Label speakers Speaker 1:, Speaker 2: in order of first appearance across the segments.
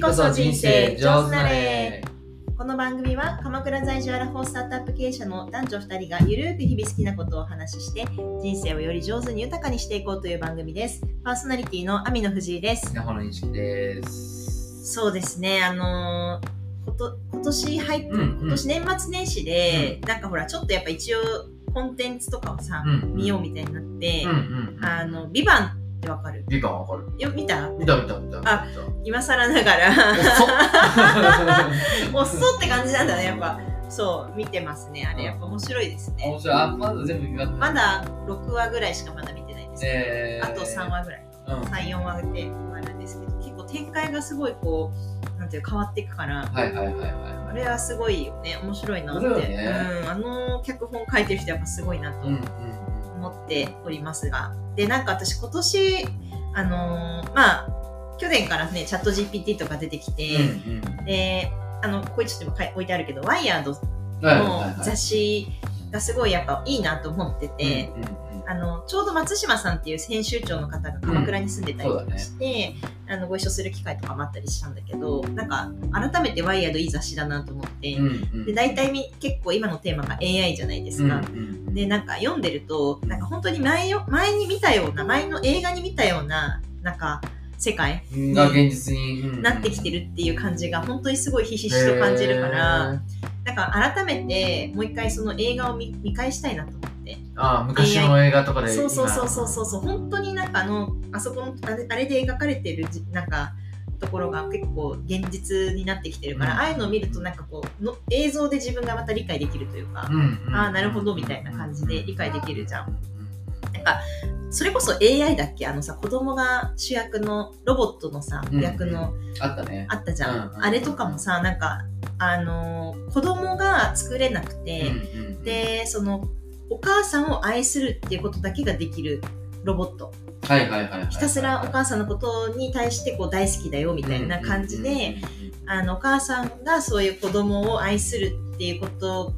Speaker 1: こそ人生上手なれこの番組は鎌倉在住アラフォースタートアップ経営者の男女2人がゆるーく日々好きなことをお話しして人生をより上手に豊かにしていこうという番組ですパーソナリティの網野藤井です
Speaker 2: 稲穂の認識です。
Speaker 1: そうですねあのーこと今年入って、
Speaker 2: うんうん
Speaker 1: 今年年末年始で、なんかほらちょっとやっぱ一応コンテンツとかをさ、
Speaker 2: うん
Speaker 1: 見ようみたいになって
Speaker 2: うん、うんうん。
Speaker 1: あの「ビバンってわかる
Speaker 2: ビバンわかる。
Speaker 1: よ見た
Speaker 2: 見た見た見た見た。
Speaker 1: あ今更ながら おっそって感じなんだねやっぱそう見てますねあれやっぱ面白いですね
Speaker 2: 面白い。あ、まだ全部見ま
Speaker 1: まだ6話ぐらいしかまだ見てないんですけど、
Speaker 2: えー
Speaker 1: あと3話ぐらい
Speaker 2: うん。は
Speaker 1: 34話で終わるんですけど結構展開がすごいこうなんていうか変わっていくから
Speaker 2: いはいはいは
Speaker 1: あれはすごいよね面白いなって、
Speaker 2: 面白いよね。
Speaker 1: うん、あの脚本書いてる人やっぱすごいないと
Speaker 2: うんうん
Speaker 1: 思っておりますが、でなんか私今年あのーまあ去年からねチャット GPT とか出てき
Speaker 2: う
Speaker 1: て、
Speaker 2: ん。
Speaker 1: であのここにちょっと今書い置いてあるけど「ワイヤード
Speaker 2: うんはいはい
Speaker 1: の
Speaker 2: はい。
Speaker 1: 雑誌がすごいやっぱいいなと思ってて、
Speaker 2: うんうんうん
Speaker 1: あのちょうど松島さんっていう編集長の方が鎌倉に住んでたりとかして、あのご一緒する機会とかもあったりしたんだけどなんか改めて「ワイヤードいい雑誌だなと思って、
Speaker 2: うんうん
Speaker 1: で大体み結構今のテーマが AI じゃないですか。
Speaker 2: うんうんうん
Speaker 1: でなんか読んでるとなんか本当に前よ前に見たような前の映画に見たようななんか世界
Speaker 2: が現実にうんうん
Speaker 1: になってきてるっていう感じが本当にすごいひしひしと感じるから、なんか改めてもう一回その映画を見見返したいなと思って
Speaker 2: へーあー昔の映画とかで
Speaker 1: そうそうそうそうそうそう本当になんかあのあそこのあれあれで描かれてるじなんかところが結構現実になってきてるから、
Speaker 2: うん
Speaker 1: ああいうのを見るとなんかこうの映像で自分がまた理解できるというか、
Speaker 2: 今
Speaker 1: ああなるほどみたいな感じで理解できるじゃん
Speaker 2: う
Speaker 1: それこそ AI だっけあのさ子供が主役のロボットのさ
Speaker 2: うん
Speaker 1: 役の、
Speaker 2: あったね
Speaker 1: あったじゃん、
Speaker 2: うんうん
Speaker 1: あれとかもさなんかあのー子供が作れなくて、
Speaker 2: うんうん
Speaker 1: でそのお母さんを愛するっていうことだけができるロボット
Speaker 2: はいはいはいはいはい
Speaker 1: ひたすらお母さんのことに対してこう大好きだよみたいな感じであのお母さんがそういう子供を愛するっていうこと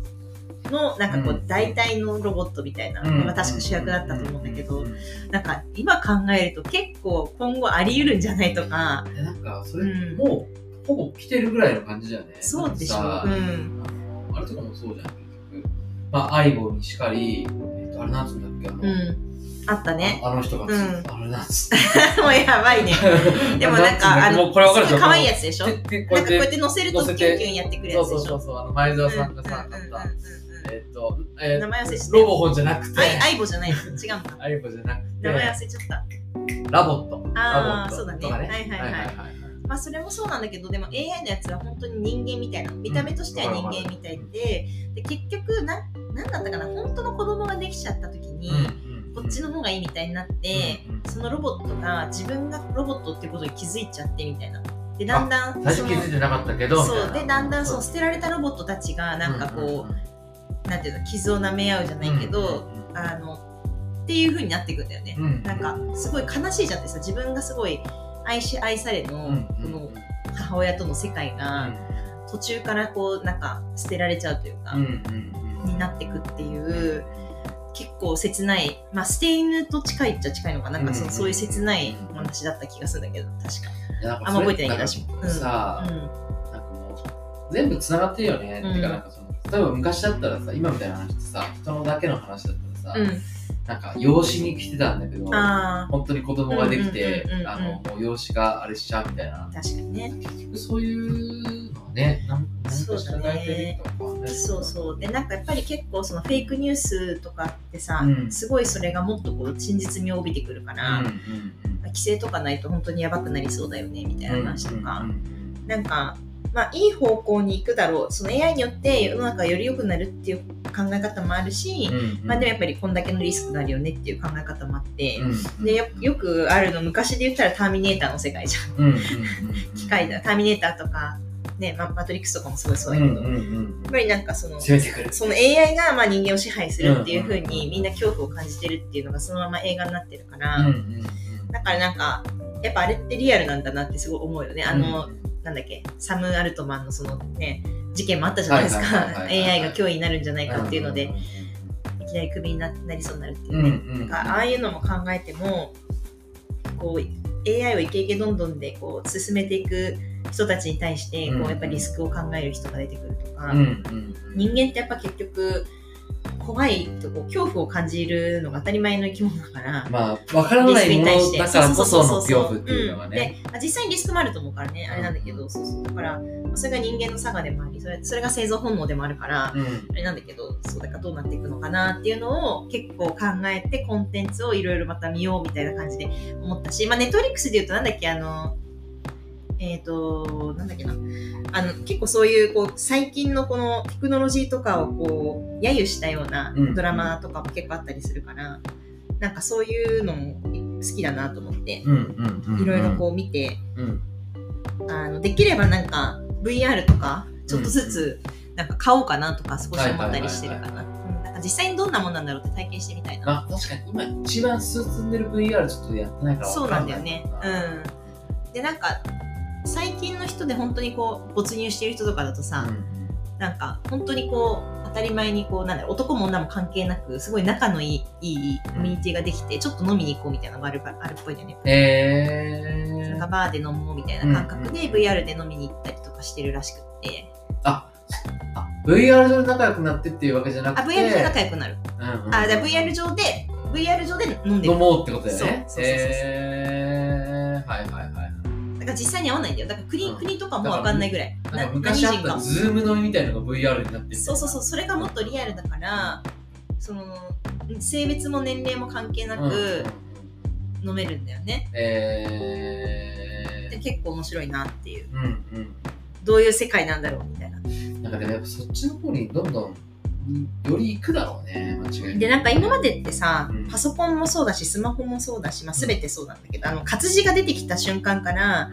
Speaker 1: のなんかこ
Speaker 2: う
Speaker 1: うん大体のロボットみたいな
Speaker 2: うんうんうん
Speaker 1: のが確か主役だったと思うんだけ
Speaker 2: う
Speaker 1: ど
Speaker 2: んうんうん
Speaker 1: なんか今考えると結構今後あり得るんじゃないとか
Speaker 2: いやなんかそれ、
Speaker 1: うん
Speaker 2: もうほぼ来てるぐらいの感じだよね
Speaker 1: そうでしょ
Speaker 2: なんかさ
Speaker 1: うん
Speaker 2: あれとかもそうじゃん結局まあ相棒にしかり、えっとあれなんつうんだっけあの、
Speaker 1: うんあったね
Speaker 2: ああの人が、
Speaker 1: うん
Speaker 2: あれなんつ
Speaker 1: もうやばいねでもなんか
Speaker 2: あ
Speaker 1: あ
Speaker 2: れつう
Speaker 1: の
Speaker 2: んだっけもう
Speaker 1: す
Speaker 2: これわかるでしょ
Speaker 1: ごい可愛いやつでしょ
Speaker 2: こ
Speaker 1: な
Speaker 2: うん
Speaker 1: か
Speaker 2: やって
Speaker 1: こう
Speaker 2: こう
Speaker 1: や
Speaker 2: や
Speaker 1: っ
Speaker 2: ってて
Speaker 1: 乗せる
Speaker 2: 乗
Speaker 1: と
Speaker 2: せ
Speaker 1: キュン
Speaker 2: て
Speaker 1: キュンやってくる
Speaker 2: そ
Speaker 1: や
Speaker 2: う
Speaker 1: つ
Speaker 2: そ
Speaker 1: で
Speaker 2: う
Speaker 1: し
Speaker 2: そう
Speaker 1: ょ
Speaker 2: そうあの前澤さんがさ、
Speaker 1: うんうんうんう
Speaker 2: 買っ
Speaker 1: んうん
Speaker 2: たえっ、と、
Speaker 1: う
Speaker 2: え
Speaker 1: ん名前忘れ
Speaker 2: ー
Speaker 1: して
Speaker 2: ロボホンじゃなくて
Speaker 1: あいアイボじゃないの違うの か
Speaker 2: 相棒じゃなく
Speaker 1: 名前
Speaker 2: て
Speaker 1: 忘れちゃった
Speaker 2: ラボット
Speaker 1: あー
Speaker 2: ラボット
Speaker 1: そうだね
Speaker 2: とかね
Speaker 1: はいはいはい
Speaker 2: はい
Speaker 1: まあそれもそうなんだけどでも AI のやつは本当に人間みたいな見た目としては人間みたいで,、で結局ななんだったかな本当の子供ができちゃった時に、
Speaker 2: うんうん
Speaker 1: こっちの方がいいみたいになって、
Speaker 2: うんうん
Speaker 1: そのロボットが自分がロボットってことに気づいちゃってみたいなでだんだん
Speaker 2: 最
Speaker 1: そ
Speaker 2: 初
Speaker 1: の
Speaker 2: 気づいてなかったけど
Speaker 1: そうでだんだんそう
Speaker 2: う
Speaker 1: 捨てられたロボットたちがなんかこう、
Speaker 2: んん
Speaker 1: なんていうの傷を舐め合うじゃないけど、
Speaker 2: うんうん
Speaker 1: あのっていう風になっていくんだよね。
Speaker 2: うん、うん
Speaker 1: なんかすごい悲しいじゃんってさ自分がすごい愛し愛されの,、この母親との世界が途中からこうなんか捨てられちゃうというか、
Speaker 2: うんうんうん
Speaker 1: になってくっていう結構切ないまあ捨て犬と近いっちゃ近いのかななんかそ,、
Speaker 2: うん
Speaker 1: そういう切ないお話だった気がするんだけど確か
Speaker 2: いやなんか
Speaker 1: あん
Speaker 2: そ
Speaker 1: ま
Speaker 2: れ
Speaker 1: 覚えてないけど私も
Speaker 2: ん
Speaker 1: う
Speaker 2: か
Speaker 1: ん
Speaker 2: さ、
Speaker 1: う
Speaker 2: なんかもう全部つながってるよね、
Speaker 1: うん
Speaker 2: ってかなんかその例えば昔だったらさ今みたいな話ってさ人のだけの話だったらさ、
Speaker 1: ん、
Speaker 2: なんか養子に来てたんだけど
Speaker 1: うん、あ
Speaker 2: 本当に子供ができて、
Speaker 1: うんうんうんうん
Speaker 2: あのもう養子があれしちゃうみたいな
Speaker 1: ー確かにね
Speaker 2: 結局そういうのはねなん何か
Speaker 1: そう
Speaker 2: し
Speaker 1: だ
Speaker 2: ら
Speaker 1: ね
Speaker 2: 抱えてるとかね
Speaker 1: そうそうでなんかやっぱり結構そのフェイクニュースとかってさ、
Speaker 2: うん
Speaker 1: すごいそれがもっとこう真実味を帯びてくるか
Speaker 2: う
Speaker 1: ら、
Speaker 2: んうんうん
Speaker 1: 規制とかないと本当にやばくなりそうだよねみたいな話とか、
Speaker 2: うんうん
Speaker 1: なんか、まあ、いい方向に行くだろうその AI によって世の中がより良くなるっていう考え方もあるし、
Speaker 2: うんうん
Speaker 1: まあ、でもやっぱりこんだけのリスクがあるよねっていう考え方もあって、
Speaker 2: うん
Speaker 1: でよよくあるの昔で言ったら「ターミネーター」の世界じゃん
Speaker 2: うんうんうん
Speaker 1: 機械だ「ターミネーター」とか、ねま「マトリックス」とかもすごいそう
Speaker 2: うん
Speaker 1: だ
Speaker 2: う
Speaker 1: けど、
Speaker 2: んう
Speaker 1: やっ
Speaker 2: ん
Speaker 1: ぱりなんかその。
Speaker 2: 攻めてくる
Speaker 1: その AI がまあ人間を支配するっていうふう
Speaker 2: うんうんう
Speaker 1: に
Speaker 2: ん
Speaker 1: みんな恐怖を感じてるっていうのがそのまま映画になってるか
Speaker 2: うん
Speaker 1: ら、
Speaker 2: うんうん
Speaker 1: だからなんかやっぱあれってリアルなんだなってすごい思うよねあの、なんだっけサム・アルトマンのそのね事件もあったじゃないです
Speaker 2: はいはい
Speaker 1: か
Speaker 2: はいはいはい
Speaker 1: AI が脅威になるんじゃないかっていうので、いきなりクビにななりそうになるっていうね、
Speaker 2: うん
Speaker 1: なんかああいうのも考えてもこう AI をイケイケどんどんでこう進めていく人たちに対して
Speaker 2: うん
Speaker 1: こうやっぱリスクを考える人が出てくるとか、
Speaker 2: うんうんうん
Speaker 1: 人間ってやっぱ結局怖いとこう恐怖を感じるのが当たり前の生き物だから。
Speaker 2: まあ、わからないものだからこその恐怖っていうのは
Speaker 1: そうそうそうそうう
Speaker 2: ね。
Speaker 1: んでまあ実際にリスクもあると思うからね、あれなんだけど、そうそう。だから、まあそれが人間の差がでもあり、それそれが生存本能でもあるから、
Speaker 2: うん
Speaker 1: あれなんだけど、そうだからどうなっていくのかなっていうのを結構考えて、コンテンツをいろいろまた見ようみたいな感じで思ったし、まあ、ネットフリックスで言うと、なんだっけ、あの、えっ、と、なんだっけな、あの、結構そういう、こう、最近のこのテクノロジーとかをこう、揶揄したような
Speaker 2: うん
Speaker 1: ドラマとかも結構あったりするから、なんかそういうのも好きだなと思って、
Speaker 2: うんうんうんうん。
Speaker 1: いろいろこう見て、
Speaker 2: うん。
Speaker 1: あのできればなんか VR とかちょっとずつなんか買おうかなとか少し思ったりしてるかなうんなんか実際にどんなもんなんだろうって体験してみたいな
Speaker 2: まあ、確かに今一番進んでる VR ちょっとやってないから
Speaker 1: そ
Speaker 2: わ
Speaker 1: うな
Speaker 2: か
Speaker 1: ん
Speaker 2: ん
Speaker 1: だ
Speaker 2: ない
Speaker 1: よねうんでなんか最近の人で本当にこう没入してる人とかだとさ、なんか本当にこう当たり前にこうなんだろう男も女も関係なくすごい仲のいいいいコミュニティができてちょっと飲みに行こうみたいなのがあるばあるっぽいんだよね
Speaker 2: うん。え
Speaker 1: なんか
Speaker 2: ー。
Speaker 1: バーで飲もうみたいな感覚で
Speaker 2: うんうん
Speaker 1: VR で飲みに行ったりとかしてるらしくって
Speaker 2: あ、あ VR 上で仲良くなってっていうわけじゃな
Speaker 1: あ
Speaker 2: くて。
Speaker 1: VR で仲良くなる
Speaker 2: うんうん
Speaker 1: あ、じゃあ VR 上で、VR 上で飲んで
Speaker 2: 飲
Speaker 1: る。
Speaker 2: もうってことだよね。
Speaker 1: そうそうそうそう
Speaker 2: えー。はいはいはい。
Speaker 1: だから実際に会わないんだよ。だから国,、
Speaker 2: うん
Speaker 1: 国とかもわかんないぐらい。な
Speaker 2: なんか昔あっ
Speaker 1: 何人
Speaker 2: た
Speaker 1: も
Speaker 2: ズーム飲みみたいなのが VR になってる
Speaker 1: そうそうそう、それがもっとリアルだから、その、性別も年齢も関係な
Speaker 2: うんうん
Speaker 1: く飲めるんだよね。
Speaker 2: え
Speaker 1: で
Speaker 2: ー。
Speaker 1: 結構面白いなっていう。
Speaker 2: うんうん。
Speaker 1: どういう世界なんだろうみたいな。
Speaker 2: なんかでもやっぱそっちの方にどんどんより行くだろうね、間違いなく
Speaker 1: で、なんか今までってさ
Speaker 2: うん、
Speaker 1: パソコンもそうだし、スマホもそうだし、まあ全てそうなんだけど、あの、活字が出てきた瞬間から、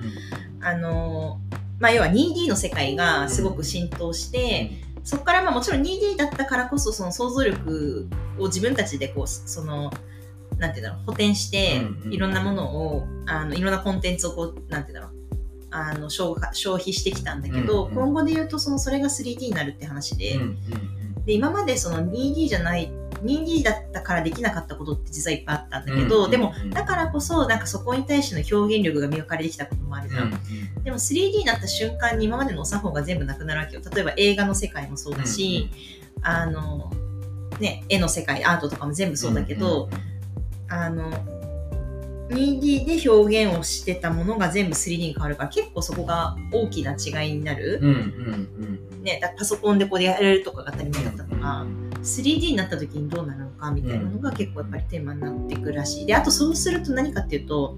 Speaker 1: あの、まあ要は 2D の世界がすごく浸透して、そこからまあもちろん 2D だったからこそその想像力を自分たちでこうそのなんていうんだろう補填して
Speaker 2: うんうん
Speaker 1: いろんなものをあのいろんなコンテンツをこうなんていうんだろうあの消化消費してきたんだけど、
Speaker 2: うんうん
Speaker 1: 今後で言うとそのそれが 3D になるって話で,、
Speaker 2: うんうん
Speaker 1: で今までその 2D じゃない 2D だったからできなかったことって実はいっぱいあったんだけど、
Speaker 2: うん
Speaker 1: でもだからこそなんかそこに対しての表現力が磨かれてきたこともあるじゃん、でも 3D になった瞬間に今までのお作法が全部なくなるわけよ例えば映画の世界もそうだし、あの、ね、絵の世界、アートとかも全部そうだけど、、あの、2D で表現をしてたものが全部 3D に変わるから、結構そこが大きな違いになる。
Speaker 2: うんうんうんうん、
Speaker 1: ね、だパソコンでこうやれるとかが当たり前だったと
Speaker 2: う
Speaker 1: か、
Speaker 2: ん
Speaker 1: 3D になった時にどうなるのかみたいなのが結構やっぱりテーマになってくらしい。で、あとそうすると何かっていうと、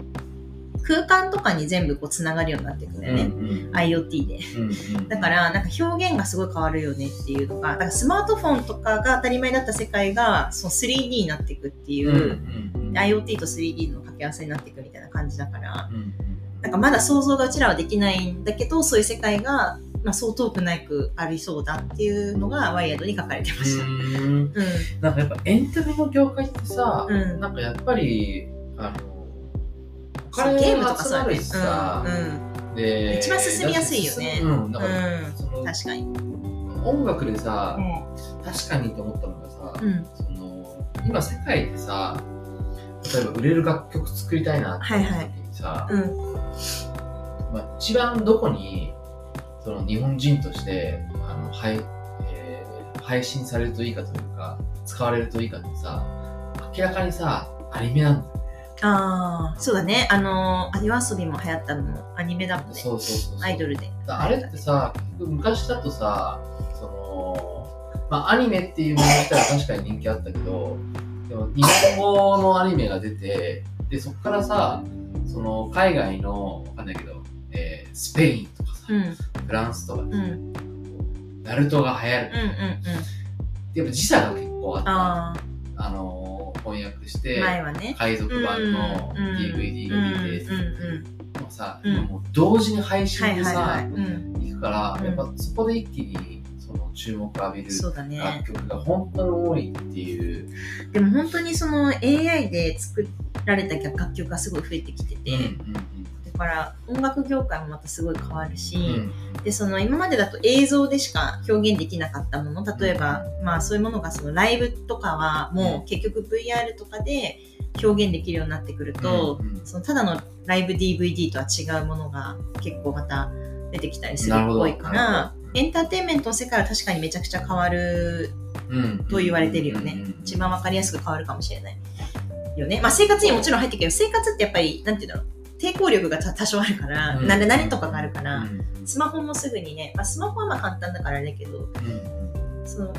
Speaker 1: 空間とかに全部こうつながるようになっていくんだ
Speaker 2: う
Speaker 1: よ
Speaker 2: ん
Speaker 1: ね。IoT で。
Speaker 2: うん
Speaker 1: だから、なんか表現がすごい変わるよねっていうのが、だからスマートフォンとかが当たり前だった世界が、その 3D になっていくっていうう、
Speaker 2: んうんうん、
Speaker 1: IoT と 3D の掛け合わせになっていくみたいな感じだから、
Speaker 2: うん
Speaker 1: なんかまだ想像がうちらはできないんだけど、そういう世界が、まあ、そう遠くなくありそうだっていうのが、ワイヤードに書かれてました。うん。
Speaker 2: うんなんかやっぱエンタメの業界ってさ、
Speaker 1: うん
Speaker 2: なんかやっぱりあのお
Speaker 1: そうゲームと
Speaker 2: が
Speaker 1: か
Speaker 2: 集
Speaker 1: さ、
Speaker 2: ま
Speaker 1: う
Speaker 2: るしさ、
Speaker 1: ん、
Speaker 2: で
Speaker 1: 一番進みやすいよね
Speaker 2: うん、だ
Speaker 1: うん、
Speaker 2: から、
Speaker 1: うん、
Speaker 2: その
Speaker 1: 確かに。
Speaker 2: 音楽でさ、
Speaker 1: う
Speaker 2: 確かにと思ったのがさ、
Speaker 1: ん、
Speaker 2: その今世界でさ例えば売れる楽曲作りたいなって思った時にさ、
Speaker 1: うん、
Speaker 2: まあ、一番どこにその日本人としてあの、はいえー配信されるといいかというか使われるといいかってさ明らかにさアニメなんだよ
Speaker 1: ああ、そうだね。あのー、アニワ遊びも流行ったのもアニメだもんね。
Speaker 2: そうそうそうそう
Speaker 1: アイドルで。
Speaker 2: あれってさ結局昔だとさその、まあ、アニメっていうもの自体は確かに人気あったけどでも日本語のアニメが出てでそこからさその海外のわかんないけど、えースペインとかさ、
Speaker 1: うん、
Speaker 2: フランスとか、
Speaker 1: うん、うん、うん、
Speaker 2: ナルトが流行る
Speaker 1: うん。
Speaker 2: やっぱ時差が結構あったあ
Speaker 1: ああ、
Speaker 2: のー翻訳して
Speaker 1: 前はね。
Speaker 2: 海賊版の
Speaker 1: うんうん
Speaker 2: DVD
Speaker 1: うん、うん、
Speaker 2: が
Speaker 1: うん
Speaker 2: 出て、もうさ、
Speaker 1: うん
Speaker 2: 今もう同時に配
Speaker 1: は
Speaker 2: 信
Speaker 1: い
Speaker 2: で
Speaker 1: はい
Speaker 2: さ、
Speaker 1: はい。うん、
Speaker 2: 行くから
Speaker 1: うん
Speaker 2: やっぱそこで一気にその注目を浴びる
Speaker 1: そうだね。
Speaker 2: 楽曲が本当に多いっていう、
Speaker 1: でも本当にその AI で作られた楽曲がすごい増えてきてて、だから音楽業界もまたすごい変わるし、
Speaker 2: うんうん
Speaker 1: でその今までだと映像でしか表現できなかったもの例えば、まあそういうものがそのライブとかはもう結局 VR とかで表現できるようになってくると、
Speaker 2: うんうん
Speaker 1: そのただのライブ DVD とは違うものが結構また出てきたりするっぽいから、エンターテインメントの世界は確かにめちゃくちゃ変わる、
Speaker 2: うん、
Speaker 1: と言われてるよね
Speaker 2: うんうんうん
Speaker 1: 一番わかりやすく変わるかもしれないよね。まあ生活にもちろん入ってくるけど、生活ってやっぱり、なんていうんだろう、抵抗力がた多少あるから、
Speaker 2: うん
Speaker 1: な慣れとかがあるから、
Speaker 2: うん
Speaker 1: スマホもすぐにね、まあ、スマホはまあ簡単だからあれだけど、その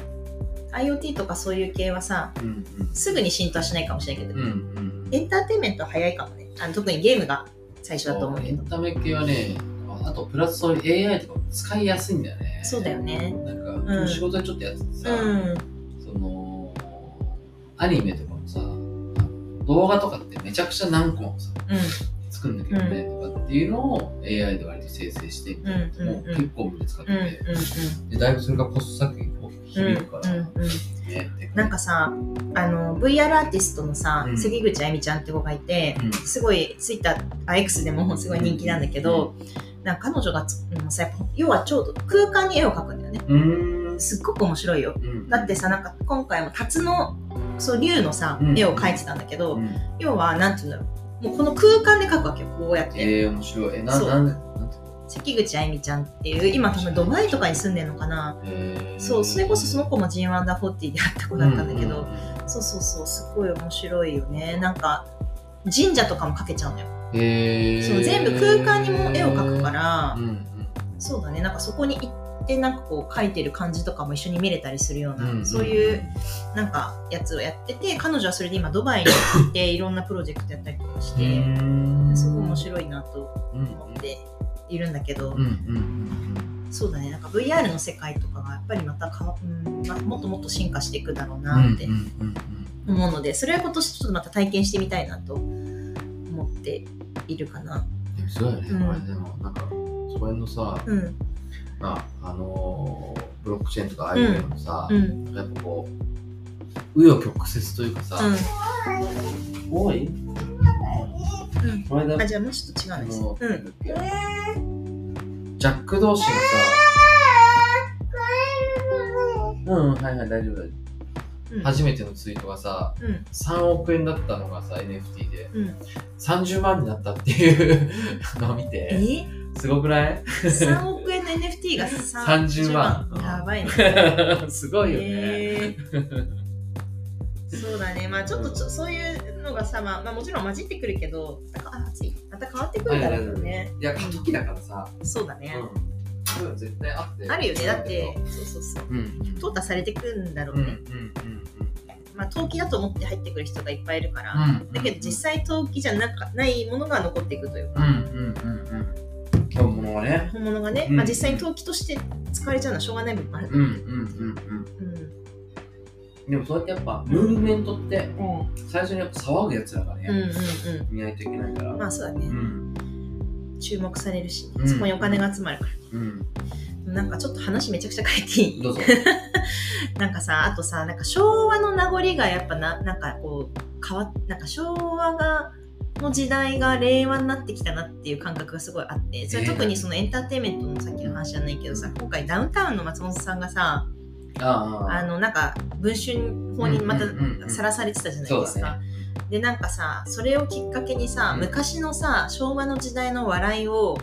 Speaker 1: IoT とかそういう系はさ、
Speaker 2: うんうん
Speaker 1: すぐに浸透はしないかもしれないけど、
Speaker 2: うんうんうん
Speaker 1: エンターテインメントは早いかもね。あの特にゲームが最初だと思う
Speaker 2: そう
Speaker 1: け
Speaker 2: エ
Speaker 1: ど。
Speaker 2: ンタメ系はねあとプラスそういう AI とかも使いやすいんだよね
Speaker 1: そうだよね。
Speaker 2: なんか、
Speaker 1: ん
Speaker 2: 仕事でちょっとやっててさ、
Speaker 1: うん。
Speaker 2: そのアニメとかもさ動画とかってめちゃくちゃ何個もさ作んなきゃいけないとかっていうのを AI で割と生成してみたいなのも
Speaker 1: うんうんうん
Speaker 2: 結構みんな使って
Speaker 1: うん。うん。うん。
Speaker 2: て、でだいぶそれがコスト削減に大きく響くから、
Speaker 1: うん
Speaker 2: ね
Speaker 1: うん
Speaker 2: で
Speaker 1: なんかさ、あの、VR アーティストのさ、
Speaker 2: うん
Speaker 1: 関口あゆみちゃんって子がいて、
Speaker 2: うん
Speaker 1: すごいツイッター、あ X でもすごい人気なんだけど、なんか彼女がつ、うんさやっぱ要はちょうど空間に絵を描くんだよね。
Speaker 2: うーん
Speaker 1: すっごく面白いよ。
Speaker 2: うん
Speaker 1: だってさ、なんか今回も辰の、そう、竜のさ
Speaker 2: う、ん
Speaker 1: 絵を描いてたんだけど、
Speaker 2: うん
Speaker 1: 要は、なんて言うんだろう。もうこの空間で描くわけよ、こうやって。
Speaker 2: えー、面白いえな
Speaker 1: そう
Speaker 2: なんでなんていう
Speaker 1: 関口あゆみちゃんっていう、今多分ドバイとかに住んでるのかな。
Speaker 2: のえー
Speaker 1: そう、それこそその子も G140 で会った子だったんだけど、
Speaker 2: うう
Speaker 1: そうそうそう、すごい面白いよね。なんか、神社とかも描けちゃうんだよ。
Speaker 2: うんえー
Speaker 1: そう全部空間にも絵を描くから、
Speaker 2: うん
Speaker 1: そうだね、なんかそこに行って、なんかこう描いてる感じとかも一緒に見れたりするよう
Speaker 2: う
Speaker 1: な、
Speaker 2: んうん
Speaker 1: そういう、なんかやつをやってて、彼女はそれで今ドバイに行って、いろんなプロジェクトやったりとかし
Speaker 2: う
Speaker 1: て、
Speaker 2: ーん
Speaker 1: すごい面白いなと
Speaker 2: うんうん
Speaker 1: 思っているんだけど、
Speaker 2: うんうん
Speaker 1: そうだね、なんか VR の世界とかがやっぱりまたかわ、うんまあ、もっともっと進化していくだろう
Speaker 2: うんうん
Speaker 1: なって
Speaker 2: うんうん
Speaker 1: 思うので、それは今年ちょっとまた体験してみたいなと思っているかな。
Speaker 2: うんうんそうだよね、
Speaker 1: うん
Speaker 2: これでもなんかそこへのさ、
Speaker 1: うん、
Speaker 2: まああのーブロックチェーンとかああいうのもさ、
Speaker 1: うん、
Speaker 2: やっぱこう紆余曲折というかさ、
Speaker 1: う
Speaker 2: 多い、
Speaker 1: うん
Speaker 2: この
Speaker 1: ん。
Speaker 2: 間
Speaker 1: あ、じゃあもうちょっと違
Speaker 2: あ
Speaker 1: うんです。
Speaker 2: の
Speaker 1: うん、
Speaker 2: ジャック同士のさ、うんうんはいはい大丈夫大丈
Speaker 1: うん
Speaker 2: 夫初めてのツイートがさ、
Speaker 1: うん
Speaker 2: 3億円だったのがさ NFT で
Speaker 1: うん。
Speaker 2: 30万になったっていう のを見て
Speaker 1: え
Speaker 2: すごくない
Speaker 1: ?3 億円の NFT が30
Speaker 2: 30
Speaker 1: 万
Speaker 2: 万。
Speaker 1: やばいね。
Speaker 2: すごいよね、
Speaker 1: えーそうだね、まあちょっとちょそういうのがさ、まあ、まあもちろん混じってくるけど、またあ暑いまた変わってくるだろうよね。
Speaker 2: いや過渡期だからさ、
Speaker 1: そうだね。
Speaker 2: うんそういうの絶対あって
Speaker 1: あるよね、だって、そうそうそう。
Speaker 2: うん
Speaker 1: 淘汰されてくんだろ
Speaker 2: う
Speaker 1: うん
Speaker 2: うんう
Speaker 1: ね。
Speaker 2: ん
Speaker 1: まあ、投機だと思って入ってくる人がいっぱいいるから。
Speaker 2: うんうん
Speaker 1: だけど、実際投機じゃなかないものが残っていくという
Speaker 2: うん
Speaker 1: か、
Speaker 2: うんうんうん今日もね
Speaker 1: 本物がね、
Speaker 2: うん
Speaker 1: まあ、実際に投機として使われちゃうのはしょうがない部分もある
Speaker 2: うんうんうんうん
Speaker 1: うん。
Speaker 2: でもそうやってやっぱムーブメントって
Speaker 1: うん。うん
Speaker 2: 最初にやっぱ騒ぐやつらが
Speaker 1: うん
Speaker 2: ね、見ないといけないから、
Speaker 1: うん。まあ、そうだ
Speaker 2: う
Speaker 1: ね。
Speaker 2: ん
Speaker 1: 注目されるし、
Speaker 2: うん
Speaker 1: そこにお金が集まるから。
Speaker 2: うん
Speaker 1: なんかちょっと話めちゃくちゃ変えていい
Speaker 2: どう ぞ
Speaker 1: なんかさ、あとさ、なんか昭和の名残がやっぱな、なんかこう、変わっなんか昭和が、の時代が令和になってきたなっていう感覚がすごいあって、それ
Speaker 2: えー
Speaker 1: 特にそのエンターテインメントのさっきの話じゃないけどさ、今回ダウンタウンの松本さんがさ、
Speaker 2: ああ
Speaker 1: あの、なんか文春法にまた
Speaker 2: うんうんうん
Speaker 1: さらされてたじゃない
Speaker 2: そう
Speaker 1: です
Speaker 2: だ
Speaker 1: か。
Speaker 2: ね
Speaker 1: で、なんかさ、それをきっかけにさ、
Speaker 2: うん
Speaker 1: 昔のさ、昭和の時代の笑いを、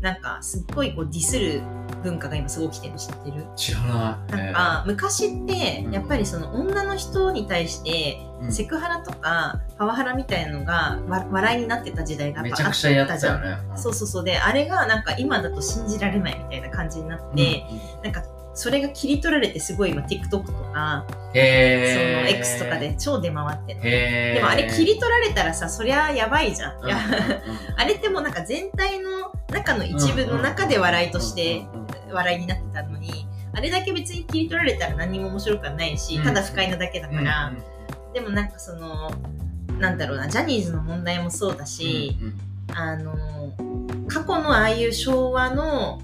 Speaker 1: なんかすっごいこうディスる文化が今すごい起きてるの知ってる
Speaker 2: 知らない
Speaker 1: なんか昔ってやっぱりその女の人に対して
Speaker 2: えーうん
Speaker 1: セクハラとかパワハラみたいなのがわ笑いになってた時代が
Speaker 2: め
Speaker 1: やっ
Speaker 2: ち
Speaker 1: ぱ
Speaker 2: ゃ
Speaker 1: あ
Speaker 2: く
Speaker 1: っ
Speaker 2: ちゃやって
Speaker 1: た
Speaker 2: た
Speaker 1: じゃ
Speaker 2: よ
Speaker 1: ん。
Speaker 2: ね
Speaker 1: そうそうそうであれがなんか今だと信じられないみたいな感じになっ
Speaker 2: うん
Speaker 1: て、
Speaker 2: うん
Speaker 1: なんかそれが切り取られてすごい今 TikTok とか、
Speaker 2: へ
Speaker 1: そ
Speaker 2: ー
Speaker 1: の X とかで超出回ってるの
Speaker 2: へー
Speaker 1: でもあれ切り取られたらさそりゃやばいじゃん、
Speaker 2: うん
Speaker 1: いや
Speaker 2: うんうん
Speaker 1: あれってもうなんか全体の中の一部の中で笑 いとして、
Speaker 2: うんうん
Speaker 1: 笑いになってたのにあれだけ別に切り取られたら何も面白くはないし、
Speaker 2: うん
Speaker 1: ただ不快なだけだ
Speaker 2: うん
Speaker 1: から、でもなんかそのなんだろうなジャニーズの問題もそうだし、
Speaker 2: うんうん
Speaker 1: あの過去のああいう昭和の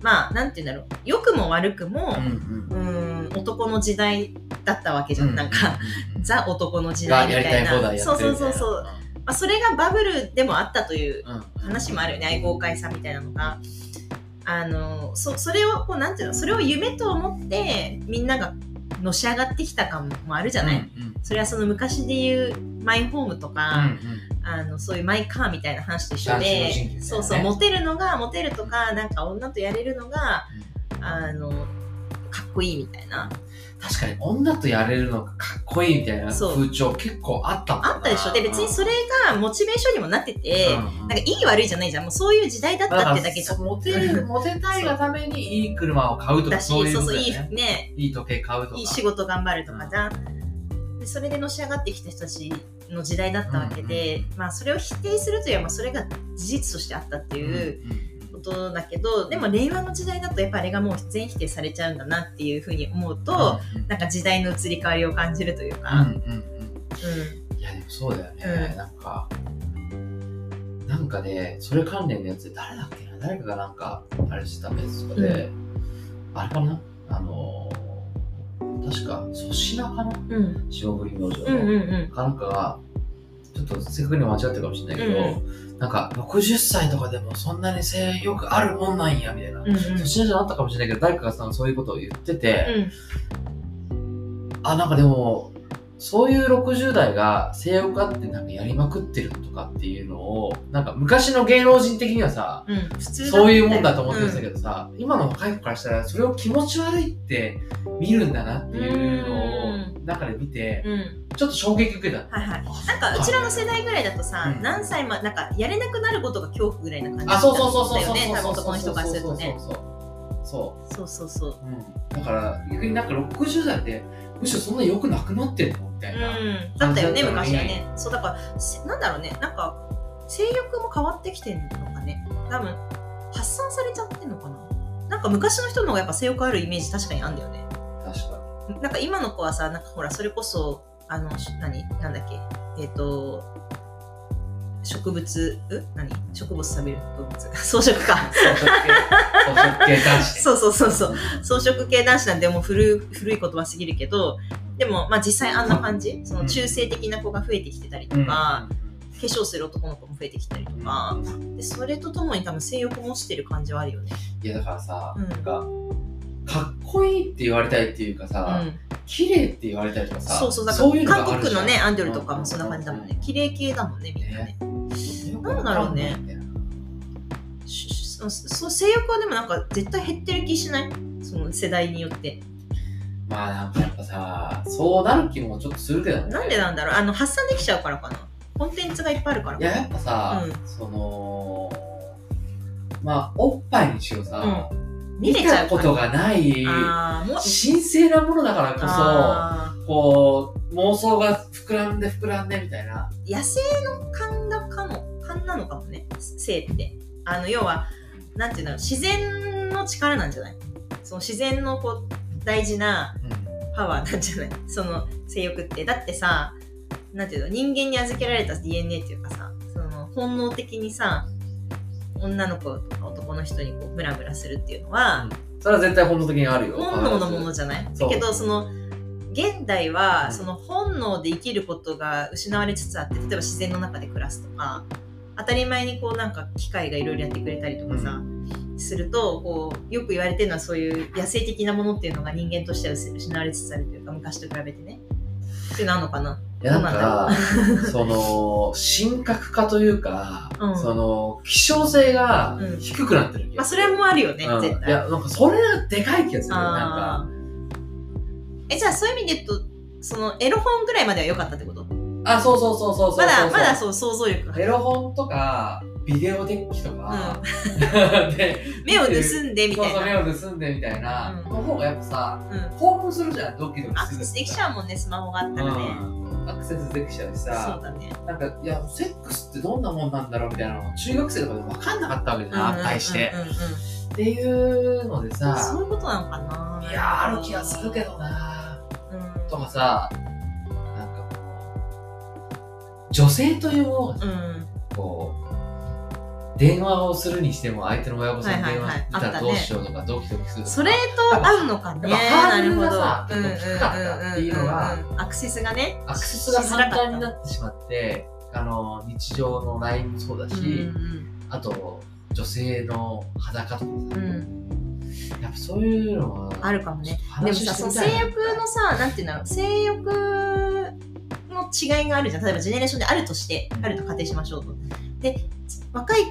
Speaker 1: まあなんて言うんだろう良くも悪くも
Speaker 2: う、ん
Speaker 1: うーん男の時代だったわけじゃん、なんか。
Speaker 2: うん
Speaker 1: ザ男の時代
Speaker 2: が
Speaker 1: み
Speaker 2: や
Speaker 1: た
Speaker 2: りた
Speaker 1: い
Speaker 2: い
Speaker 1: な
Speaker 2: 放題や
Speaker 1: そ
Speaker 2: っ
Speaker 1: う
Speaker 2: て
Speaker 1: そ
Speaker 2: る
Speaker 1: う
Speaker 2: み
Speaker 1: そ
Speaker 2: たいうな
Speaker 1: そう、まあ、それがバブルでもあったという
Speaker 2: うん
Speaker 1: 話もあるよね愛好会さんみたいなのが。あのそそれをこうなんていうのそれを夢と思ってみんながのし上がってきた感もあるじゃない、
Speaker 2: うんうん
Speaker 1: それはその昔で言うマイホームと
Speaker 2: う
Speaker 1: か、
Speaker 2: んうん
Speaker 1: あのそういうマイカーみたいな話と一緒で、
Speaker 2: 男子の人気みたいなね
Speaker 1: そうそうモテるのがモテるとかなんか女とやれるのがあのかっこいいみたいな
Speaker 2: 確かに女とやれるのがかっこいいみたいな
Speaker 1: そう
Speaker 2: 風潮結構あったもんな
Speaker 1: あったでしょで別にそれがモチベーションにもなってて、
Speaker 2: うんう
Speaker 1: な
Speaker 2: ん
Speaker 1: んかいい悪いじゃないじゃんもうそういう時代だったってだけじゃ
Speaker 2: だから
Speaker 1: ん
Speaker 2: モテるモテたいがためにいい車を買うと
Speaker 1: だ
Speaker 2: か
Speaker 1: し
Speaker 2: そういう
Speaker 1: そう
Speaker 2: こと
Speaker 1: そう
Speaker 2: だよ
Speaker 1: いい
Speaker 2: ね
Speaker 1: ね
Speaker 2: いい時計買うとか
Speaker 1: いい仕事頑張るとかじゃん、でそれでのし上がってきた人たちの時代だったわけで、
Speaker 2: うん
Speaker 1: まあそれを否定するといえばそれが事実としてあったって
Speaker 2: うん
Speaker 1: いう、
Speaker 2: うん
Speaker 1: ことだけどでも令和の時代だとやっぱあれがもう全否定されちゃうんだなっていうふうに思うと、
Speaker 2: うん
Speaker 1: なんか時代の移り変わりを感じるという
Speaker 2: うんう
Speaker 1: か、
Speaker 2: んうんいやでもそうだよね、
Speaker 1: うん
Speaker 2: なんかなんかねそれ関連のやつで誰だっけな誰かがなんかあれしてたやつとかで、あれかなあのー確か粗品かな
Speaker 1: うんうん、
Speaker 2: 霜降り明星の、
Speaker 1: うんうんうん
Speaker 2: なんかがちょっと正確には間違ってるかもしれないけど、
Speaker 1: うん
Speaker 2: なんか60歳とかでもそんなに性欲あるもんなんやみたいな、
Speaker 1: うんうん
Speaker 2: 年下じゃなったかもしれないけど誰かがさそういうことを言ってて、あなんかでもそういう60代が性欲あってなんかやりまくってるとかっていうのをなんか昔の芸能人的にはさ
Speaker 1: うん普通
Speaker 2: そういうもんだと思ってました
Speaker 1: け
Speaker 2: けどさ、今の若い子からしたらそれを気持ち悪いって見るんだなっていうのを中で見て
Speaker 1: うん、うん
Speaker 2: ちょっと衝撃受けた。
Speaker 1: はいはいなんかうちらの世代ぐらいだとさ、
Speaker 2: うん
Speaker 1: 何歳まなんかやれなくなることが恐怖ぐらいな感じだ
Speaker 2: あ、
Speaker 1: った
Speaker 2: そ
Speaker 1: ん
Speaker 2: うそうそうそ
Speaker 1: だよ
Speaker 2: うそう
Speaker 1: ね
Speaker 2: そう
Speaker 1: 多分
Speaker 2: そう
Speaker 1: 男の人からするとね
Speaker 2: そうそ
Speaker 1: そうそうそう
Speaker 2: う、うん、だから逆になんか60代ってむしろそんな良くなくなってんのみたいな、
Speaker 1: うん、だったよね
Speaker 2: 感じだ
Speaker 1: 昔は
Speaker 2: ったね
Speaker 1: ねそうだからせなんだろうねなんか性欲も変わってきてるのかね多分発散されちゃってんのかななんか昔の人の方がやっぱ性欲あるイメージ確かにあるんだよね
Speaker 2: 確か
Speaker 1: なんか今の子はさなんかほらそれこそあのし何なんだっけえっ、と植物う何植物食べる動物 草食か
Speaker 2: に草食系草食系男子
Speaker 1: そうそうそうそう草食系男子なんでもう古い古い言葉すぎるけどでもまあ実際あんな感じその中性的な子が増えてきてたりと
Speaker 2: うん
Speaker 1: か、化粧する男の子も増えてきたりとか、でそれとともに多分性欲も落ちてる感じはあるよね。
Speaker 2: いやだからさ、
Speaker 1: うん
Speaker 2: なんかかっこいいって言われたいっていうか
Speaker 1: う
Speaker 2: さ、
Speaker 1: ん、
Speaker 2: 綺麗って言われたいとかさ
Speaker 1: そうそうだか
Speaker 2: い
Speaker 1: ら
Speaker 2: のがあるじゃ
Speaker 1: 韓
Speaker 2: ん
Speaker 1: 国のねアンドルとかもそんな感じだもんね、綺麗系だもんねみんなね。
Speaker 2: うん
Speaker 1: なんだろうねししそそう性欲はでもなんか絶対減ってる気しないその世代によって。
Speaker 2: まあなんかやっぱさそうなる気もちょっとするけどね
Speaker 1: なんでなんだろうあの発散できちゃうからかなコンテンツがいっぱいあるから
Speaker 2: いややっぱさ、
Speaker 1: う
Speaker 2: そのまあおっぱいにしろさ、
Speaker 1: 見れちゃう
Speaker 2: たこ
Speaker 1: から
Speaker 2: とがない
Speaker 1: あーもう
Speaker 2: 神聖なものだから
Speaker 1: あ
Speaker 2: こそこう妄想が膨らんで膨らんでみたいな
Speaker 1: ー野生の勘だかも勘なのかもね性ってあの要はなんていうんだろう自然の力なんじゃないその自然のこう大事なパワーなんじゃないその性欲ってだってさなんていうの人間に預けられた DNA っていうかさその本能的にさ女の子とか男の人にこうムラムラするっていうのは、
Speaker 2: それは絶対本能的にあるよ
Speaker 1: 本能のものじゃない
Speaker 2: 必ず
Speaker 1: だけどその現代は
Speaker 2: うん
Speaker 1: その本能で生きることが失われつつあって例えば自然の中で暮らすとか当たり前にこうなんか機械がいろいろやってくれたりとかさ、するとこうよく言われてるのはそういう野生的なものっていうのが人間としては失われつつあるというか昔と比べてねっていうのあるのかない
Speaker 2: やなんか その神格化というか、
Speaker 1: うん
Speaker 2: その希少性が
Speaker 1: うん
Speaker 2: 低くなってる気
Speaker 1: ま
Speaker 2: が
Speaker 1: あ
Speaker 2: す
Speaker 1: そ
Speaker 2: る、
Speaker 1: れもあるよね、
Speaker 2: うん
Speaker 1: 絶
Speaker 2: い
Speaker 1: 対
Speaker 2: やなんかそれがでかい気がするな
Speaker 1: あ
Speaker 2: んか
Speaker 1: ーえじゃあそういう意味で言うとそのエロ本ぐらいまでは良かったってこと
Speaker 2: あそうそうそうそうそうそう
Speaker 1: まだまだそう想像力が
Speaker 2: エロ本とかビデオデッキとか、 で
Speaker 1: 目を盗んで み
Speaker 2: そう
Speaker 1: たい
Speaker 2: そう
Speaker 1: な
Speaker 2: 目を盗んでみたいな、
Speaker 1: うん
Speaker 2: の方がやっぱさ
Speaker 1: うん
Speaker 2: 興奮するじゃんドキドキ
Speaker 1: ア
Speaker 2: す
Speaker 1: クセ
Speaker 2: る
Speaker 1: スできちゃうもんねスマホがあったらね、
Speaker 2: うんアクセスできちゃうし
Speaker 1: そ
Speaker 2: さ
Speaker 1: うだね
Speaker 2: なんかいやセックスってどんなもんなんだろうみたいなの中学生とかで分かんなかったわけじゃん、対して、
Speaker 1: うんうんうんうん
Speaker 2: っていうので
Speaker 1: そ
Speaker 2: さ
Speaker 1: ういうことなのかない
Speaker 2: いやーある気がするけどな
Speaker 1: うん
Speaker 2: とかさなんかもう女性というものが
Speaker 1: うん
Speaker 2: こう電話をするにしても相手の親御さんに電話した
Speaker 1: はいはいはいあった
Speaker 2: ら
Speaker 1: ね
Speaker 2: どうしようとかドキドキするとか
Speaker 1: それと合うのかね
Speaker 2: やっぱハ
Speaker 1: な
Speaker 2: ード
Speaker 1: る
Speaker 2: ル
Speaker 1: ほ
Speaker 2: が
Speaker 1: ど
Speaker 2: さ結構低かったっていうのが
Speaker 1: んうんうんうんアクセスがね
Speaker 2: アクセスが簡単になってしまってあの日常の LINE もそうだし、
Speaker 1: うん
Speaker 2: あと女性の裸とか
Speaker 1: うんうん
Speaker 2: やっぱそういうのは
Speaker 1: あるかもね
Speaker 2: ちょっと
Speaker 1: でも
Speaker 2: 話
Speaker 1: さ
Speaker 2: して
Speaker 1: その
Speaker 2: みたい
Speaker 1: 性
Speaker 2: な
Speaker 1: 欲のさなんていうんだろう性欲の違いがあるじゃん例えばジェネレーションであるとしてあると仮定しましょうとで若い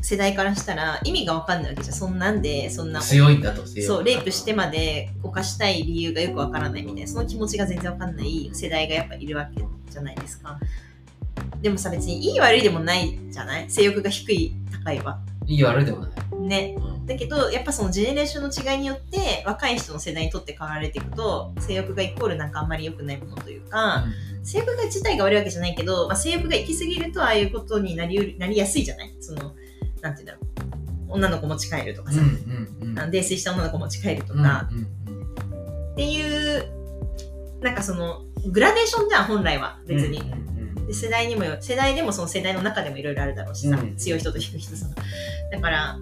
Speaker 1: 世代からしたら意味が分かんないわけじゃんそんなんでそんな
Speaker 2: 強いんだと性欲
Speaker 1: そうレイプしてまで犯したい理由がよく分からないみたいなその気持ちが全然分かんない世代がやっぱいるわけじゃないですかでもさ別にいい悪いでもないじゃない性欲が低い高いはい
Speaker 2: い悪いでもない、
Speaker 1: ね
Speaker 2: うん
Speaker 1: だけどやっぱそのジェネレーションの違いによって若い人の世代にとって変わられていくと性欲がイコールなんかあんまり良くないものというか性欲が自体が悪いわけじゃないけど、まあ、性欲が行き過ぎるとああいうことになりうるなりやすいじゃないそのなんて言うんだろう女の子持ち帰るとか
Speaker 2: うん
Speaker 1: さ、
Speaker 2: うんうん
Speaker 1: あの泥酔した女の子持ち帰ると
Speaker 2: うん
Speaker 1: か、
Speaker 2: うんうん
Speaker 1: っていうなんかそのグラデーションじゃん本来は別に、
Speaker 2: うんうんうん
Speaker 1: で世代にもよ世代でもその世代の中でもいろいろあるだろうしさ、
Speaker 2: うん
Speaker 1: 強い人と低い人さだから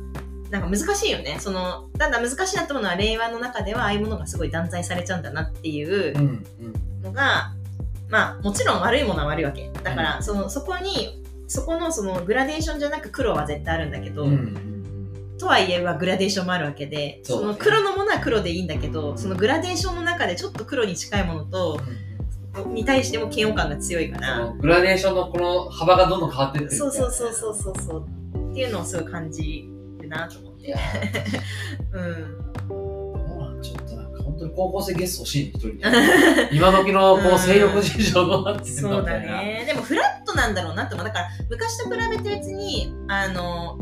Speaker 1: なんか難しいよねそのだんだん難しいなと思うのは令和の中ではああいうものがすごい断罪されちゃうんだなっていう
Speaker 2: うんうん
Speaker 1: のが、まあもちろん悪いものは悪いわけだから、
Speaker 2: う
Speaker 1: そのそこにそこのそのグラデーションじゃなく黒は絶対あるんだけど、
Speaker 2: うんうん
Speaker 1: とはいえはグラデーションもあるわけで
Speaker 2: そう
Speaker 1: そ
Speaker 2: だね
Speaker 1: の黒のものは黒でいいんだけどそのグラデーションの中でちょっと黒に近いものとに対しても嫌悪感が強いか
Speaker 2: そ
Speaker 1: ら。
Speaker 2: のグラデーションのこの幅がどんどん変わってってる
Speaker 1: そうそうそうそうそうそうっていうのをすごい感じるなと思って
Speaker 2: いやー
Speaker 1: うん
Speaker 2: もうなんかちょっとなんか本当に高校生ゲスト欲しいね一人ね今時のこう性欲事情どうなってん
Speaker 1: そ
Speaker 2: の
Speaker 1: う
Speaker 2: みた
Speaker 1: だ
Speaker 2: いな
Speaker 1: ねでもフラットなんだろうなと思うだから昔と比べて別にあの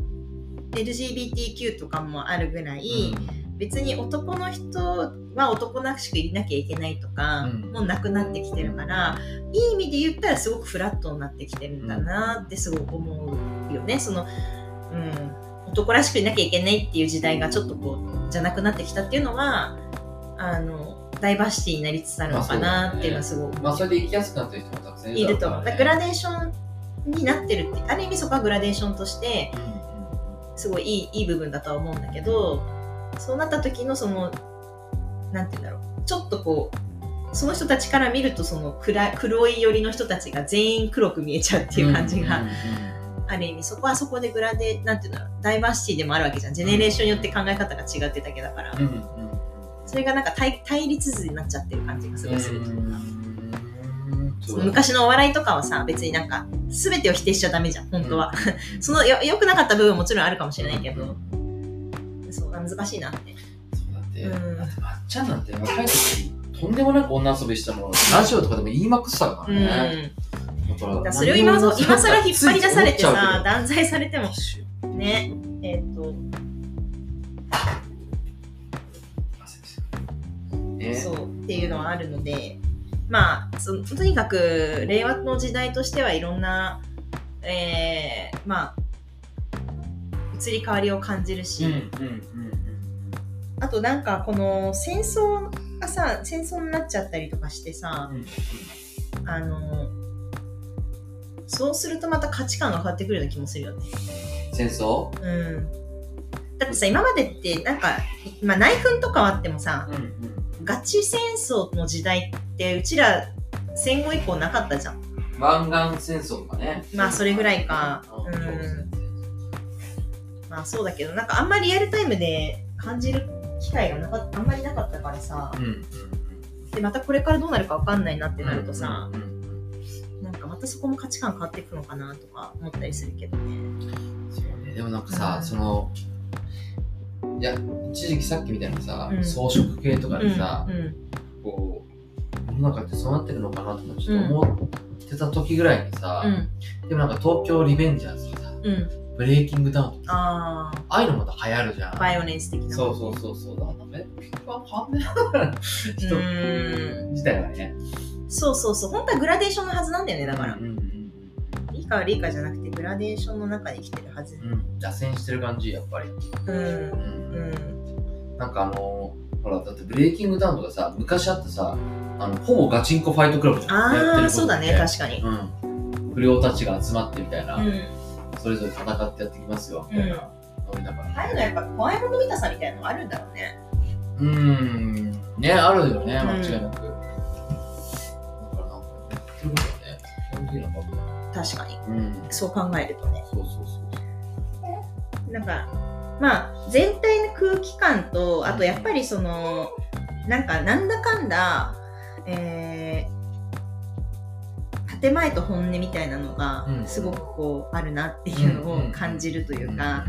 Speaker 1: LGBTQ とかもあるぐらい、別に男の人は男らしくいなきゃいけないとか、
Speaker 2: うん
Speaker 1: もうなくなってきてるからいい意味で言ったらすごくフラットになってきてるんだなってすごく思うよねその、うん、男らしくいなきゃいけないっていう時代がちょっとこうじゃなくなってきたっていうのはあのダイバーシティになりつつあるのかなっていうのはすごく
Speaker 2: まあそれで生きやすくなってる人もたくさん
Speaker 1: いると思う。だからグ
Speaker 2: ら
Speaker 1: ラデーションになってるってある意味そこはグラデーションとして
Speaker 2: うん
Speaker 1: すごいいいいい部分だとは思うんだけどそうなった時のそのなんて言うんだろうちょっとこうその人たちから見るとその暗い黒い寄りの人たちが全員黒く見えちゃうっていう感じが、
Speaker 2: うんうん
Speaker 1: ある意味そこはそこでグラデなんて言うんだろうダイバーシティでもあるわけじゃんジェネレーションによって考え方が違ってだけだから
Speaker 2: うんうん
Speaker 1: それがなんか対対立図になっちゃってる感じがすごいするというか。
Speaker 2: うん
Speaker 1: その昔のお笑いとかはさ別になんか全てを否定しちゃダメじゃん本当は、
Speaker 2: うん
Speaker 1: そのよ良くなかった部分ももちろんあるかもしれないけど、そう難しいなって
Speaker 2: そうだって、
Speaker 1: うん
Speaker 2: だってまっちゃんなんて若い時とんでもなく女遊びしたのラジオとかでも言いまくってたか
Speaker 1: う
Speaker 2: ら
Speaker 1: ん、
Speaker 2: ね、だから
Speaker 1: だからそれを今そ今更引っ張り出されて
Speaker 2: ついつい思っちゃ
Speaker 1: さ
Speaker 2: うけど
Speaker 1: 断罪されてもねえっ、と
Speaker 2: ね
Speaker 1: そうっていうのはあるのでまあそとにかく令和の時代としてはいろんなえーまあ移り変わりを感じるし、
Speaker 2: うんうんうんうん
Speaker 1: あとなんかこの戦争がさ戦争になっちゃったりとかしてさ
Speaker 2: うん
Speaker 1: あのそうするとまた価値観が変わってくるような気もするよね。
Speaker 2: 戦争、
Speaker 1: うん、だってさ今までってなんか、まあ、内紛とかはあってもさ
Speaker 2: うんうん、
Speaker 1: ガチ戦争の時代ってうちら戦後以降なかったじゃん。
Speaker 2: 湾岸戦争とかね
Speaker 1: まあそれぐらいか
Speaker 2: うん
Speaker 1: うんまあそうだけどなんかあんまりリアルタイムで感じる機会がなかあんまりなかったからさ
Speaker 2: うんうん
Speaker 1: でまたこれからどうなるかわかんないなってなるとさ、
Speaker 2: うんうんうん
Speaker 1: なんかまたそこも価値観変わっていくのかなとか思ったりするけどね。
Speaker 2: そうね、でもなんかさ、
Speaker 1: うん
Speaker 2: そのいや一時期さっきみたいなさ、
Speaker 1: うん
Speaker 2: 装飾系とかでさ、
Speaker 1: うんうん
Speaker 2: こう世の中ってそうなってるのかなとかちょっと思ってた時ぐらいにさ、
Speaker 1: うん
Speaker 2: でもなんか東京リベンジャーズとかさ
Speaker 1: うん、
Speaker 2: ブレイキングダウンとかさ
Speaker 1: ああ
Speaker 2: ああいうのまた流行るじゃん、
Speaker 1: バイオレンス的な。
Speaker 2: そうそうそうそうだからね結局は変わんないな人
Speaker 1: う
Speaker 2: 自体はね
Speaker 1: そうそうそう本当はグラデーションのはずなんだよねだから
Speaker 2: うん、うん
Speaker 1: いいか悪いかじゃなくてグラデーションの中で生きてるはず
Speaker 2: うんうん打線してる感じやっぱり、
Speaker 1: うん
Speaker 2: うん
Speaker 1: うん
Speaker 2: なんかあのーほら、だってブレイキングダウンとかさ、昔あったさ、あの、ほぼガチンコファイトクラブとかやって
Speaker 1: あ
Speaker 2: る
Speaker 1: あそうだね
Speaker 2: ことって
Speaker 1: 確かに
Speaker 2: うん。不良たちが集まってみたいな、
Speaker 1: うん
Speaker 2: それぞれ戦ってやってきますよ、みたいな。うん、だから。
Speaker 1: ああいうのやっぱ怖いもの見たさみたいなのあるんだろうね
Speaker 2: うーん。ね、あるよね、
Speaker 1: うん
Speaker 2: 間違いなく。だからなんか、やってることね、基本的なことだね
Speaker 1: 確かに
Speaker 2: うん。
Speaker 1: そう考えるとね
Speaker 2: そうそうそう。
Speaker 1: なんかまあ、全体の空気感と、あとやっぱりその、なんかなんだかんだ、えー建前と本音みたいなのが
Speaker 2: うん
Speaker 1: すごくこうあるなっていうのを感じるというか、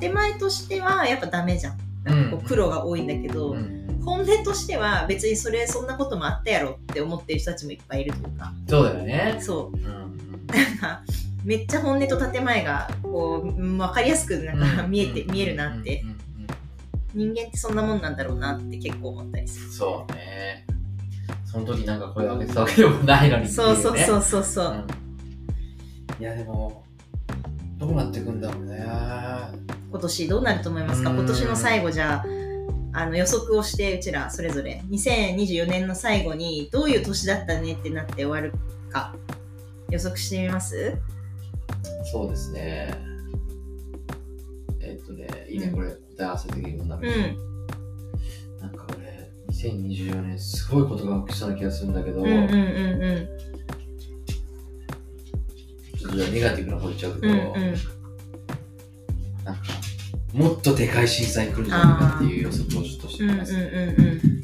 Speaker 1: 建前としてはやっぱダメじゃん。なんかこう苦労が多いんだけど、
Speaker 2: うん
Speaker 1: 本音としては別にそれそんなこともあったやろって思ってる人たちもいっぱいいるというか
Speaker 2: そうだよね。
Speaker 1: そう
Speaker 2: うん
Speaker 1: めっちゃ本音と建前がこううん分かりやすくなんか 見えて、見えるなっ。て
Speaker 2: うんうんうん
Speaker 1: 人間ってそんなもんなんだろうなって結構思ったりする。
Speaker 2: そうね。その時なんか声を上げてたわけでもないのにってい
Speaker 1: そうそうそう
Speaker 2: ね。
Speaker 1: うそうそううん
Speaker 2: いやでも、どうなってくんだろうね。
Speaker 1: 今年どうなると思いますか
Speaker 2: うん
Speaker 1: 今年の最後じゃああの予測をしてうちらそれぞれ2024年の最後にどういう年だったねってなって終わるか予測してみます
Speaker 2: そうですね。えっとね、いいね、
Speaker 1: うん
Speaker 2: これ、答え合わせ的にもな
Speaker 1: う
Speaker 2: る。
Speaker 1: ん
Speaker 2: なんか俺、2024年、すごいことが起きそうな気がするんだけど、
Speaker 1: うんうん
Speaker 2: ち
Speaker 1: うんう
Speaker 2: ょっとじゃあネガティブな方言っちゃうけ
Speaker 1: んう
Speaker 2: ど、
Speaker 1: んうん
Speaker 2: なんか、もっとでかい震災来るんじゃないかっていう予測をちょっとして
Speaker 1: うんうん
Speaker 2: ます。
Speaker 1: うんうん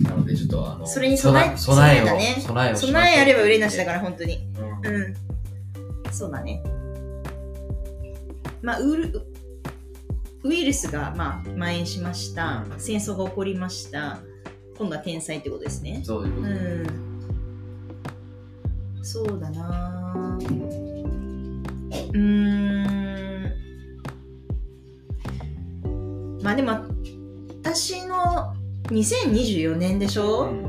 Speaker 2: なので、ちょっとあの、
Speaker 1: それに備え
Speaker 2: 備え
Speaker 1: そうだ
Speaker 2: を、
Speaker 1: ね
Speaker 2: 備えをしましょう
Speaker 1: 備えあれば売れなしだから本当に
Speaker 2: うん
Speaker 1: うんそうだねまあウールウイルスがまあ蔓延しました
Speaker 2: うん
Speaker 1: 戦争が起こりました今度は天災ってことですね
Speaker 2: そういうことで
Speaker 1: うんそうだなぁうーんまあでも私の2024年でし
Speaker 2: う
Speaker 1: ょ、
Speaker 2: ん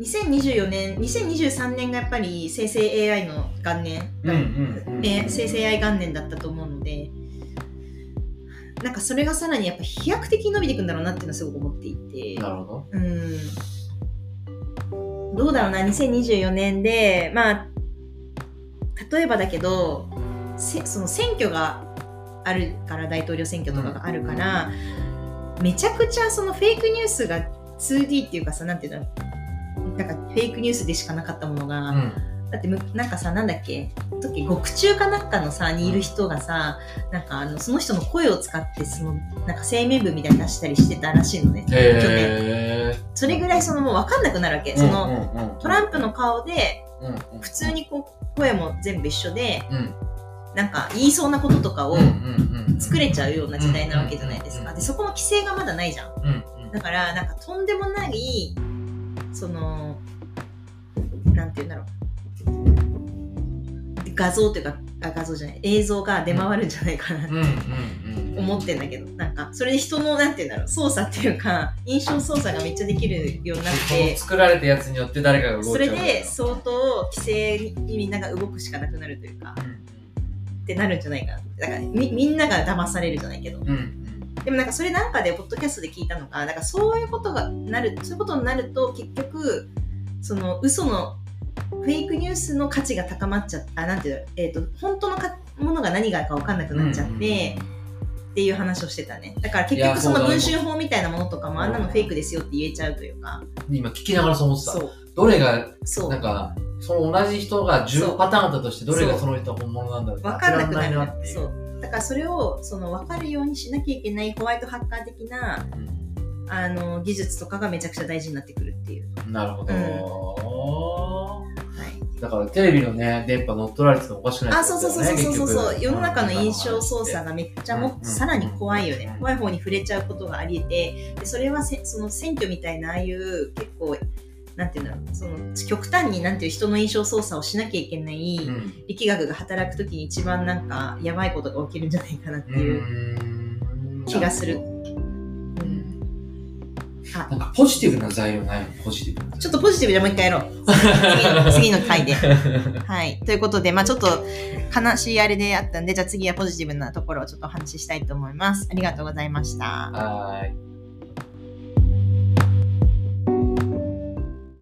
Speaker 1: 2024年2023年がやっぱり生成 AI の元年、
Speaker 2: うんうんうん
Speaker 1: ね生成 AI 元年だったと思うのでなんかそれがさらにやっぱ飛躍的に伸びていくんだろうなっていうのはすごく思っていて。
Speaker 2: なるほど。
Speaker 1: うん、どうだろうな2024年でまあ例えばだけどせその選挙があるから大統領選挙とかがあるから、めちゃくちゃそのフェイクニュースが 2D っていうかさなんていうのなんかフェイクニュースでしかなかったものが、
Speaker 2: うん
Speaker 1: だってむなんかさなんだっけ時獄中かなんかのさにいる人がさなんかあのその人の声を使ってそのなんか声明文みたいに出したりしてたらしいのね。去年
Speaker 2: へー
Speaker 1: それぐらいそのもう分かんなくなるわけ、そのトランプの顔で普通、にこう声も全部一緒で
Speaker 2: うんうんうん
Speaker 1: なんか言いそうなこととか
Speaker 2: う
Speaker 1: を
Speaker 2: んうんうん、
Speaker 1: 作れちゃうような時代なわけじゃないです
Speaker 2: う
Speaker 1: か
Speaker 2: ん
Speaker 1: でそこの規制がまだないじゃん
Speaker 2: うんうん
Speaker 1: だからなんかとんでもないそのなんて言うんだろう画像というかあ画像じゃない映像が出回るんじゃないかなって
Speaker 2: うんうんうん、
Speaker 1: 思ってんだけどなんかそれで人のなんて言うんだろう操作っていうか印象操作がめっちゃできるようになっ
Speaker 2: そ
Speaker 1: て
Speaker 2: の作られたやつによって誰かが動いちゃう
Speaker 1: それで
Speaker 2: う
Speaker 1: 相当規制にみんなが動くしかなくなるというかってなるんじゃないかなだからみみんなが騙されるじゃないけど
Speaker 2: んうんうん
Speaker 1: でもなんかそれなんかでポッドキャストで聞いたのがなんかそういうことがなるそういうことになると結局その嘘のフェイクニュースの価値が高まっちゃったあなんていうの、えー、と本当のかものが何がか分かんなくなっちゃって、っていう話をしてたねだから結
Speaker 2: いや
Speaker 1: 局そ
Speaker 2: そうだ
Speaker 1: の
Speaker 2: ね
Speaker 1: 文春法みたいなものとかもあんなのフェイクですよって言えちゃうというか
Speaker 2: うん今聞きながらそう思ってた
Speaker 1: そう
Speaker 2: どれが
Speaker 1: そう
Speaker 2: なんかその同じ人が
Speaker 1: そう
Speaker 2: 10パターンあったとしてどれが
Speaker 1: そ
Speaker 2: その人は本物なんだろう
Speaker 1: 分かんなくなる
Speaker 2: 当てられっていう
Speaker 1: そうだからそれをその分かるようにしなきゃいけないホワイトハッカー的なあの技術とかがめちゃくちゃ大事になってくるっていう、
Speaker 2: うんなるほど、
Speaker 1: はい、
Speaker 2: だからテレビのね電波乗っ取られててもおかしくない
Speaker 1: あそうそうそうそうそうそう
Speaker 2: 結局
Speaker 1: 世の中の印象操作がめっちゃもっ
Speaker 2: うん
Speaker 1: とさらに怖いよ
Speaker 2: う
Speaker 1: ね
Speaker 2: ん
Speaker 1: 怖い方に触れちゃうことがありえてでそれはせその選挙みたいなああいう結構なんていうんだろうその極端になんていう人の印象操作をしなきゃいけない
Speaker 2: うん
Speaker 1: 力学が働くときに一番なんかやばいことが起きるんじゃないかなっていう、
Speaker 2: う
Speaker 1: 気がする。うんあ
Speaker 2: なんかポジティブな材料ないのポジテ ィブな。
Speaker 1: ちょっとポジティブでもう一回やろう。次の次の回で。はい。ということで、まあちょっと悲しいあれであったんで、じゃあ次はポジティブなところをちょっとお話ししたいと思います。ありがとうございました。
Speaker 2: はーい。